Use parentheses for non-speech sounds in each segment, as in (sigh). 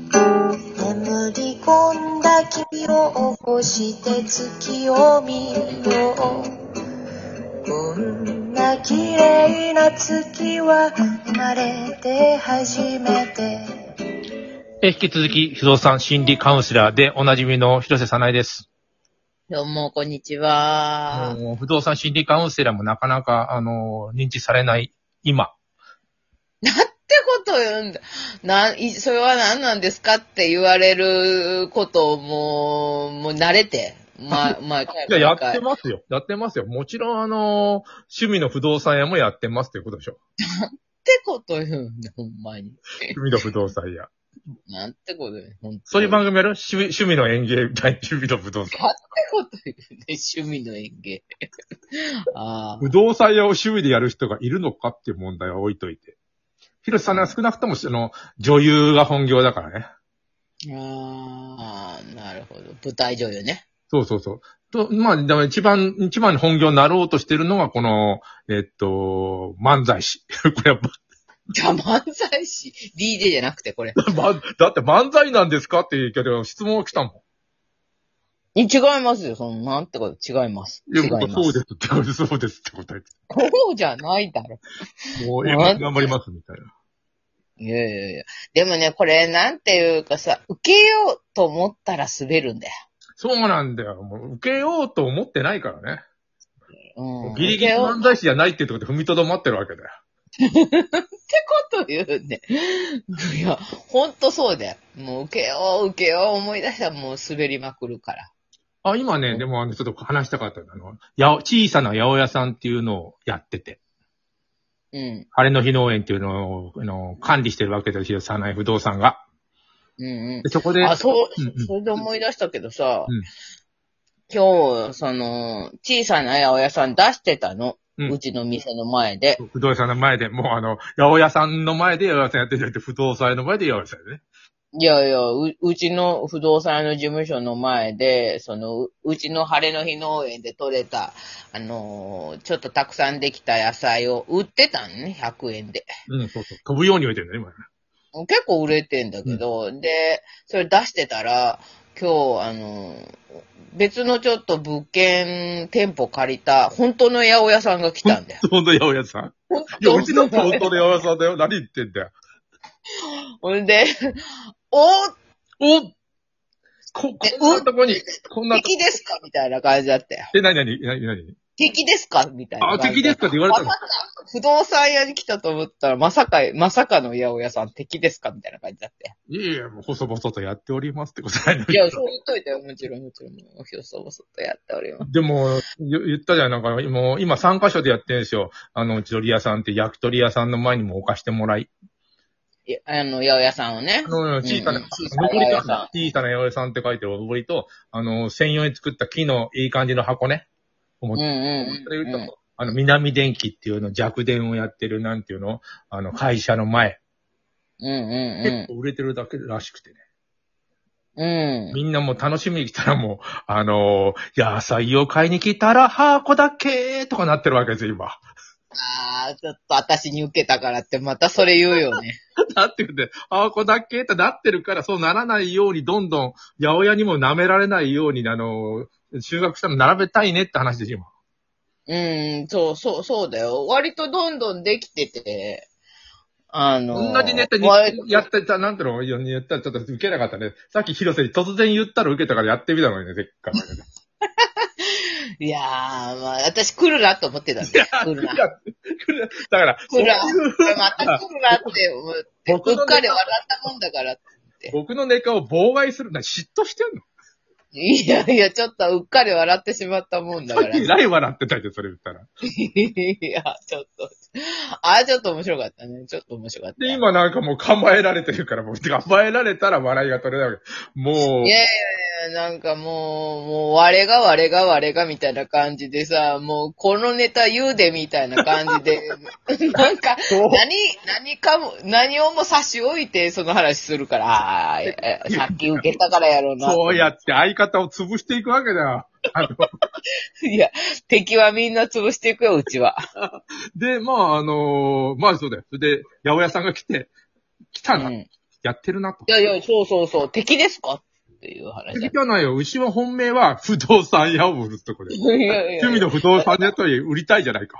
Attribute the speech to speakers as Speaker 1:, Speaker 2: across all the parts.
Speaker 1: 眠り込んだ君を起こして月を見ようこんな綺麗な月は生まれて初めて
Speaker 2: え、引き続き、不動産心理カウンセラーでおなじみの広瀬さないです。
Speaker 3: どうも、こんにちは。
Speaker 2: もう不動産心理カウンセラーもなかなか、あの、認知されない今。
Speaker 3: ってこと言うんだ。な、いそれは何なんですかって言われることをもう、もう慣れて。
Speaker 2: (laughs)
Speaker 3: ま、ま、
Speaker 2: いや、やってますよ。やってますよ。もちろん、あの、趣味の不動産屋もやってますということでしょ。
Speaker 3: ってこと言うんだ、ほんまに。
Speaker 2: 趣味の不動産 (laughs) 屋。
Speaker 3: なんてこと言うほんと
Speaker 2: そういう番組やる趣味趣味の園芸みたいな趣味の不動産。
Speaker 3: ってこと言うね、趣味の園芸。 (laughs) ああ。
Speaker 2: 不動産屋を趣味でやる人がいるのかっていう問題は置いといて。広瀬さんは少なくとも、あの、女優が本業だからね。
Speaker 3: ああ、なるほど。舞台女優ね。
Speaker 2: そうそうそう。と、まあ、だから一番、一番本業になろうとしてるのが、この、えっと、漫才師。 (laughs) これやっ
Speaker 3: じゃあ、漫才師。DJ じゃなく
Speaker 2: (laughs)
Speaker 3: て、これ。
Speaker 2: ぱ、ま、だって漫才なんですかって言うけど、質問が来たもん。
Speaker 3: に違いますよ、その、なんてこと、違います。違い
Speaker 2: いや
Speaker 3: ま
Speaker 2: そう
Speaker 3: す。
Speaker 2: ですって、 (laughs) そうですって答えて。
Speaker 3: そうじゃないだろ。
Speaker 2: もう、え
Speaker 3: 漫才
Speaker 2: 頑張ります、みたいな。
Speaker 3: いやいやいや。でもね、これ、なんていうかさ、受けようと思ったら滑るんだよ。
Speaker 2: そうなんだよ。もう、受けようと思ってないからね。
Speaker 3: うん。
Speaker 2: ギリギリ
Speaker 3: 受けようっ
Speaker 2: 漫才師じゃないっていうところで踏みとどまってるわけだよ。
Speaker 3: てこと言うね。いや、ほんとそうだよ。もう受けよう、受けよう、思い出したらもう滑りまくるから。
Speaker 2: あ、今
Speaker 3: う
Speaker 2: ね、
Speaker 3: ん
Speaker 2: でも、あの、ちょっと話したかったのはあの、やお、小さな八百屋さんっていうのをやってて。
Speaker 3: うん。
Speaker 2: 晴れの日農園っていうのを、あの、管理してるわけですよ、さない不動産が。
Speaker 3: うん
Speaker 2: でそこ
Speaker 3: う
Speaker 2: で、
Speaker 3: ん。あ、そう、
Speaker 2: うんうん
Speaker 3: それで思い出したけどさ、
Speaker 2: うん
Speaker 3: 今日、その、小さな八百屋さん出してたの。
Speaker 2: う
Speaker 3: うんちの店の前で。
Speaker 2: 不動産の前で、もうあの、八百屋さんの前で八百屋さんやってるんじゃなくて、不動産屋の前で八百屋さんやね。
Speaker 3: いやいや、う、うちの不動産屋の事務所の前で、その、ううちの晴れの日農園で採れた、あのーちょっとたくさんできた野菜を売ってたんね、100円で。
Speaker 2: うん、そうそう。飛ぶように売れてるんだね、今ね。
Speaker 3: 結構売れてんだけど、で、それ出してたら、今日、あのー別のちょっと物件、店舗借りた、本当の八百屋さんが来たんだよ。
Speaker 2: 本当八百屋さん。いや、うちの本当の八百屋さんだよ。何言ってんだよ。
Speaker 3: ほんで、おー、
Speaker 2: おこ、こんなとこに、こんなとこ
Speaker 3: 敵ですかみたいな感じだったよ。
Speaker 2: え、なになになになに
Speaker 3: 敵ですかみたいな
Speaker 2: あ、
Speaker 3: 感じだっ
Speaker 2: 敵ですかっ
Speaker 3: た。
Speaker 2: て言われたの
Speaker 3: まさか、不動産屋に来たと思ったら、まさか、まさかの八百屋さん敵ですかみたいな感じだって。
Speaker 2: いやいや、もう細々とやっておりますってことないの
Speaker 3: いや、そう言っといたよ。もちろん、もちろん。おひょそぼそとやっております。
Speaker 2: でも、ゆ言ったじゃん、なんか、もう、今3カ所でやってるんですよ。あの、地鶏屋さんって焼き鳥屋さんの前にも置かしてもらい。
Speaker 3: いやあの、八百屋さんをね
Speaker 2: あ。の、小さな、
Speaker 3: うんうん
Speaker 2: 小さ
Speaker 3: 小さ
Speaker 2: な
Speaker 3: な
Speaker 2: 八百屋
Speaker 3: 八百屋
Speaker 2: さ
Speaker 3: さ
Speaker 2: ん。小さな八百屋さんって書いてるおぼりと、あの、専用に作った木のいい感じの箱ね。
Speaker 3: うんうん
Speaker 2: それ
Speaker 3: う
Speaker 2: 言
Speaker 3: ん
Speaker 2: うと、あの、南電機っていうの、弱電をやってる、なんていうの、あの、会社の前。
Speaker 3: うん。うん
Speaker 2: 結
Speaker 3: う
Speaker 2: 構売れてるだけらしくてね。
Speaker 3: んうん。うん。
Speaker 2: みんなもう楽しみに来たらもう、あの野菜を買いに来たら箱だけとかなってるわけですよ、今。 (laughs)
Speaker 3: あー、ちょっと私に受けたからって、またそれ言うよね。
Speaker 2: なってるんで、あこだっけってなってるから、そうならないように、どんどん、八百屋にも舐められないように、あの、修学したの並べたいねって話です、今。
Speaker 3: うん、そう、そう、そうだよ。割とどんどんできてて、あの、
Speaker 2: 同じネタに
Speaker 3: 割と
Speaker 2: やってた、なんていうのやったらちょっと受けなかったね。さっき広瀬に突然言ったら受けたからやってみたのにね、せっかくだから。
Speaker 3: いやー、まあ、私来るなと思ってたんだよ。
Speaker 2: (laughs)
Speaker 3: 来るな。
Speaker 2: だから、
Speaker 3: 来るな。また来るなって思って、
Speaker 2: 僕の
Speaker 3: うっかり笑ったもんだから。
Speaker 2: 僕のネタを妨害する。な嫉妬してんの
Speaker 3: いやいや、ちょっとうっかり笑ってしまったもんだ
Speaker 2: さ
Speaker 3: か
Speaker 2: っ (laughs)
Speaker 3: ら。
Speaker 2: き
Speaker 3: い
Speaker 2: ライ笑ってたじゃん、それ言ったら。
Speaker 3: や、ちょっと。あ、ちょっと面白かったね。ちょっと面白かった。
Speaker 2: で、今なんかもう構えられてるから、もう、てか構えられたら笑いが取れないわけ。もう
Speaker 3: い、やいやいや、なんかもう、もう、我が我が我がみたいな感じでさ、もう、このネタ言うでみたいな感じ
Speaker 2: (laughs)
Speaker 3: で、なんか、
Speaker 2: そう
Speaker 3: 何、何かも、何をも差し置いて、その話するから、ああ、ええさっき受けたからやろうな。
Speaker 2: そうやって相方を潰していくわけだよ。あの
Speaker 3: (laughs) いや、敵はみんな潰していくよ、うち
Speaker 2: (laughs)
Speaker 3: は。
Speaker 2: で、まあ、あのまあそうだよ。それで、八百屋さんが来て、来
Speaker 3: う
Speaker 2: たな、
Speaker 3: ん。い
Speaker 2: やってるなと。
Speaker 3: やいや、そうそうそう、敵ですかっていう話
Speaker 2: (laughs)
Speaker 3: だ
Speaker 2: 敵。じゃないよ。牛は本命は不動産屋を売るとこで。
Speaker 3: いやいやいや
Speaker 2: 趣味の不動産屋と売りたいじゃないか。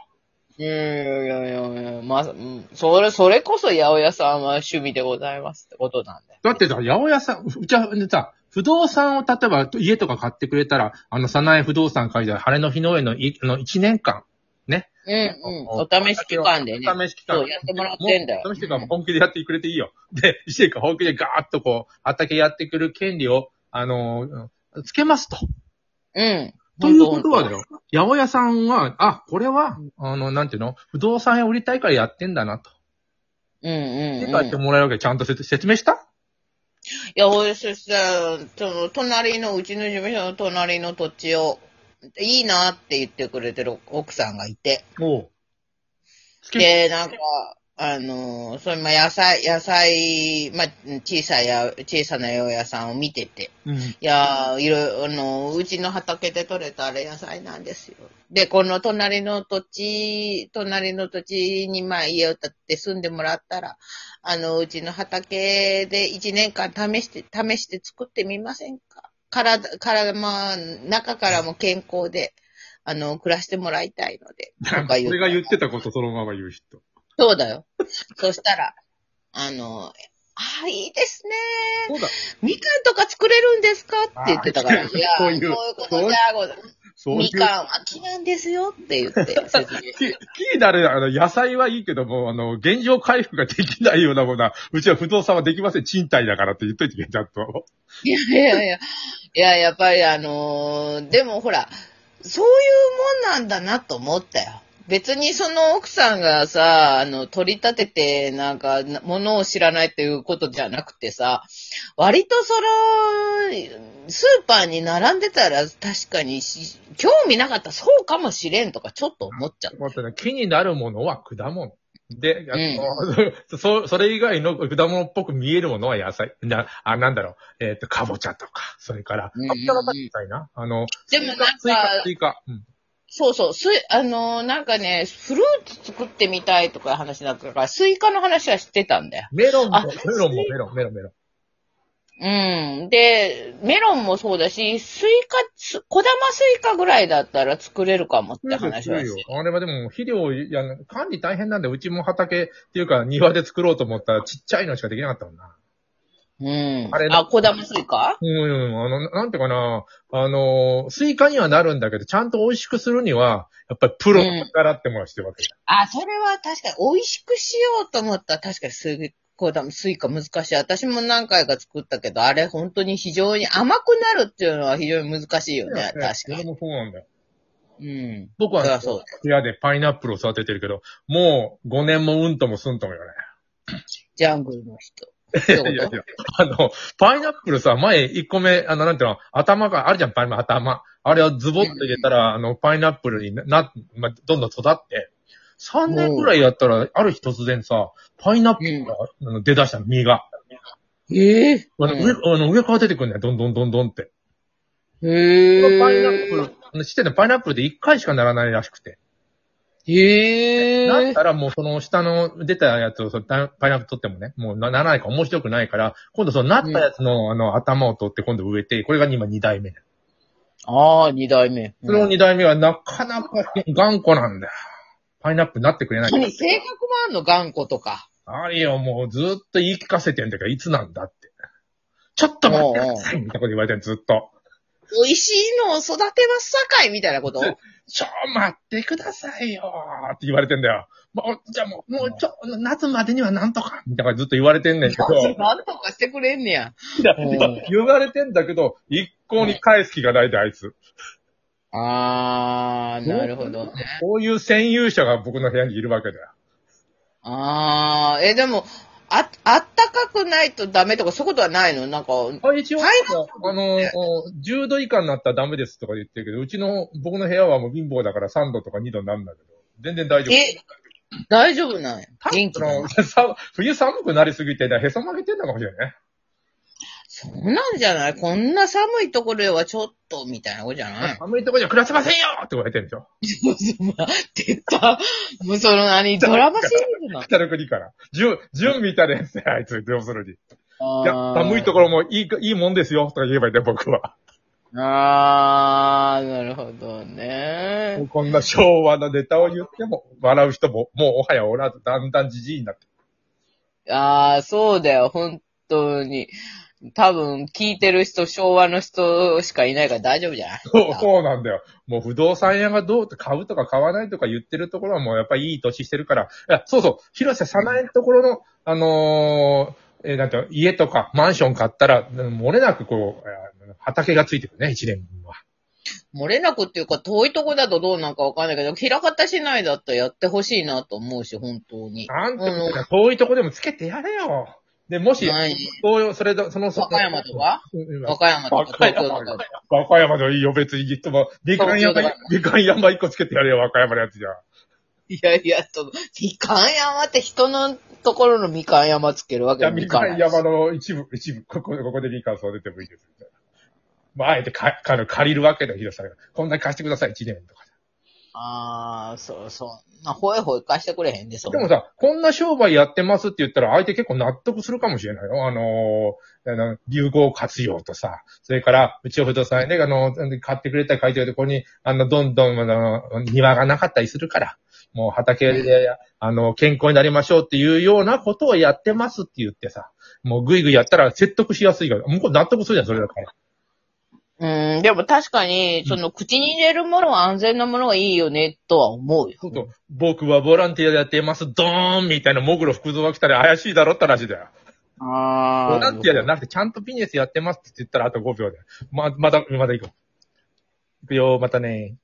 Speaker 3: いやいやいやいや、まあ、うんそれ、それこそ八百屋さんは趣味でございますってことなんだよ。
Speaker 2: だってさ、八百屋さん、うちはねさ、不動産を例えば家とか買ってくれたら、あの、サナエ不動産会社、晴れの日の上のいあの1年間、
Speaker 3: うんうん。お試し期間でね。
Speaker 2: お試し期間
Speaker 3: そう、やってもらってんだよ。
Speaker 2: もうその人が本気でやってくれていいよ。で、一年間本気でガーッとこう、畑やってくる権利を、あのーつけますと。
Speaker 3: うん。
Speaker 2: ということはだ
Speaker 3: 本当
Speaker 2: よ、八百屋さんは、あ、これは、あの、なんていうの、不動産屋売りたいからやってんだなと。
Speaker 3: うんうん、
Speaker 2: 理
Speaker 3: うん。
Speaker 2: 解してもらえるわけでちゃんと説説明した
Speaker 3: いや、俺そしたら、その、隣の、うちの事務所の隣の土地を、いいなって言ってくれてる奥さんがいて。
Speaker 2: (laughs) おう。つけ、
Speaker 3: で、なんか、あのー、それ、まあ、野菜、野菜、まあ、小さいや、小さな八百屋さんを見てて。
Speaker 2: うん。
Speaker 3: いやー、いろ、あのー、うちの畑で採れたあれ野菜なんですよ。で、この隣の土地、隣の土地に、まあ、家を建って住んでもらったら、あの、うちの畑で1年間試して、試して作ってみませんか体、体、まあ、中からも健康で、あの、暮らしてもらいたいの
Speaker 2: (laughs)
Speaker 3: で、とか言う
Speaker 2: 俺が言ってたことそのまま言う人。
Speaker 3: そうだよ。そしたら、あの、ああ、いいですね
Speaker 2: そうだ。
Speaker 3: みかんとか作れるんですかって言ってたから。
Speaker 2: あー
Speaker 3: いや、
Speaker 2: そ
Speaker 3: そうう
Speaker 2: い
Speaker 3: いううことじゃあござ、
Speaker 2: そういう
Speaker 3: み。かんは木なんですよって言
Speaker 2: (laughs)
Speaker 3: って説明。
Speaker 2: き、きだれ、あの、野菜はいいけども、あの、現状回復ができないようなものは、うちは不動産はできません。賃貸だからって言っといてけ、ちゃんと。
Speaker 3: いやいやいや、いや、やっぱりあのーでもほら、そういうもんなんだなと思ったよ。別にその奥さんがさ、あの、取り立てて、なんか、なものを知らないっていうことじゃなくてさ、割とその、スーパーに並んでたら確かにし、興味なかったらそうかもしれんとかちょっと思っちゃった。
Speaker 2: もっとね、木になるものは果物。で、あ
Speaker 3: う
Speaker 2: の (laughs) そ、それ以外の果物っぽく見えるものは野菜。な、あ、なんだろう。えっ、と、かぼちゃとか、それから、
Speaker 3: うんうん
Speaker 2: あったかかみたいな。あの、
Speaker 3: でもなんか
Speaker 2: 追加、追加。うん
Speaker 3: そうそう、すい、あのーなんかね、フルーツ作ってみたいとかいう話だったから、スイカの話はしてたんだよ。
Speaker 2: メロンも
Speaker 3: あ、
Speaker 2: メロンも、メロン、メロン、メロン。
Speaker 3: うん。で、メロンもそうだし、スイカ、す小玉スイカぐらいだったら作れるかもって話はして。
Speaker 2: あれはでも、肥料、いや、管理大変なんで、うちも畑っていうか、庭で作ろうと思ったら、ちっちゃいのしかできなかったもんな。
Speaker 3: うん。
Speaker 2: あれ
Speaker 3: あ、小玉スイカ
Speaker 2: うん、うん、あの、なんていうかな、あの、スイカにはなるんだけど、ちゃんと美味しくするには、やっぱりプロだからってもらしてるわけ。
Speaker 3: あ、それは確かに美味しくしようと思ったら確かにスイ小玉スイカ難しい。私も何回か作ったけど、あれ本当に非常に甘くなるっていうのは非常に難しいよね。確
Speaker 2: そ
Speaker 3: か
Speaker 2: れもそうなんだよ。
Speaker 3: に。うん。
Speaker 2: 僕
Speaker 3: それは
Speaker 2: は、
Speaker 3: そうだ。
Speaker 2: 部屋でパイナップルを育ててるけど、もう5年もうんともすんともよね。
Speaker 3: ジャングルの
Speaker 2: (laughs)
Speaker 3: 人。
Speaker 2: いやいやいや、あの、パイナップルさ、前1個目、あの、なんていうの、頭があるじゃん、パイナップル、頭。あれをズボッと入れたら、あの、パイナップルにな、なまあ、どんどん育って、3年くらいやったら、ある日突然さ、パイナップルが、あの出だしたの実が。
Speaker 3: ええ
Speaker 2: あの、上、あの、上から出てくるんだよ、どんどんどんどんって。
Speaker 3: へえ。
Speaker 2: パイナップル、あのちっちゃいのパイナップルで1回しかならないらしくて。
Speaker 3: へえ。
Speaker 2: なったらもうその下の出たやつをそのパイパイナップル取ってもね、もうなならないから面白くないから、今度そのなったやつの、あの、頭を取って今度植えて、これが今2代目。
Speaker 3: ああ、二代目。
Speaker 2: その2代目はなかなか頑固なんだよ。パイナップルになってくれないから
Speaker 3: 何性格もあんの頑固とか。
Speaker 2: あれよ、もうずっと言い聞かせてんだけど、いつなんだって。ちょっと待ってくださいみたいなこと言われてる、ずっと。
Speaker 3: 美味しいのを育てますさかいみたいなこと。
Speaker 2: ちょ、待ってくださいよーって言われてんだよ。まあ、じゃあもう、もうちょ、夏までにはなんとかみたいなことずっと言われてんねんけど。
Speaker 3: なんとかしてくれんねや。
Speaker 2: いや言われてんだけど、一向に返す気がないで、あいつ。
Speaker 3: ああ、なるほどね。
Speaker 2: こういう占有者が僕の部屋にいるわけだよ。
Speaker 3: ああ、え、でも、あ、あったかくないとダメとかそういうことはないのなんか、
Speaker 2: あ、一応、
Speaker 3: はい
Speaker 2: あの、10度以下になったらダメですとか言ってるけど、うちの、僕の部屋はもう貧乏だから3度とか2度になるんだけど、全然大丈夫。
Speaker 3: え、大丈夫なんや。元気
Speaker 2: そ
Speaker 3: なの
Speaker 2: の、さ冬寒くなりすぎて、だからへそ曲げてんのかもしれないね。
Speaker 3: そんなんじゃないこんな寒いところではちょっと、みたいなことじゃない
Speaker 2: 寒いとこじゃ暮らせませんよって言われてるんですよ。
Speaker 3: 出た。もう (laughs) その何、ドラマシリーズなの
Speaker 2: 北の国から。準、準みたいなやつで、 (laughs) あいつ、要するに。いや、
Speaker 3: あー
Speaker 2: 寒いところもいいか、いいもんですよ、とか言えばいいんだよ、僕は。
Speaker 3: あー、なるほどね。
Speaker 2: こんな昭和のネタを言っても、笑う人も、もうおはやおらず、だんだんじじいになって。
Speaker 3: あー、そうだよ、本当に。多分、聞いてる人、昭和の人しかいないから大丈夫じゃない
Speaker 2: そう、そうなんだよ。もう不動産屋がどうって買うとか買わないとか言ってるところはもうやっぱりいい年してるから。いや、そうそう。広瀬さないのところの、あのーえーなんていうの家とかマンション買ったら、漏れなくこう、えー畑がついてくるね、一年分は。
Speaker 3: 漏れなくっていうか、遠いとこだとどうなんかわかんないけど、平方市内だったらやってほしいなと思うし、本当に。
Speaker 2: なんてことだ、遠いとこでもつけてやれよ。で、もし、
Speaker 3: ない
Speaker 2: そういうそれと、その、
Speaker 3: 和歌山とか
Speaker 2: うん
Speaker 3: 和歌山とか
Speaker 2: 和歌
Speaker 3: 東
Speaker 2: 山
Speaker 3: 京とか。
Speaker 2: 和歌山でもいいよ、別に。言っても、みかん
Speaker 3: 東
Speaker 2: 山
Speaker 3: 京だか、
Speaker 2: みかん山一個つけてやれよ、和歌山のやつじゃ。
Speaker 3: いやいや、その、みかん山って人のところのみかん山つけるわ
Speaker 2: い
Speaker 3: け
Speaker 2: や、
Speaker 3: に
Speaker 2: み
Speaker 3: み
Speaker 2: か
Speaker 3: か
Speaker 2: ん
Speaker 3: ん
Speaker 2: 山の一部、一部、ここここでみかん育ててもいいです。みたいなまあ、あえてか、か借りるわけだよ、広さが。こんなに貸してください、一年とか。
Speaker 3: ああ、そうそう。な、ほいほい貸してくれへんで、そ
Speaker 2: で
Speaker 3: ん
Speaker 2: も
Speaker 3: な。
Speaker 2: さ、こんな商売やってますって言ったら、相手結構納得するかもしれないよ。あのーあの、流行活用とさ、それから、うちの不動産屋ね、あの、買ってくれたり書いてくれたりここに、あの、どんどん、あの、庭がなかったりするから、もう畑で、あの、健康になりましょうっていうようなことをやってますって言ってさ、もうぐいぐいやったら説得しやすいから、向こう納得するじゃん、それだから。
Speaker 3: うん、でも確かに、その、口に入れるものは安全なものがいいよね、とは思うよ。
Speaker 2: そうそう僕はボランティアでやってます、ドーンみたいな、もぐろ福蔵が来たら怪しいだろって話だよ。
Speaker 3: ああ。
Speaker 2: ボランティアじゃなくて、ちゃんとビジネスやってますって言ったら、あと5秒で。ま、また、また行こう。行くよ、またね。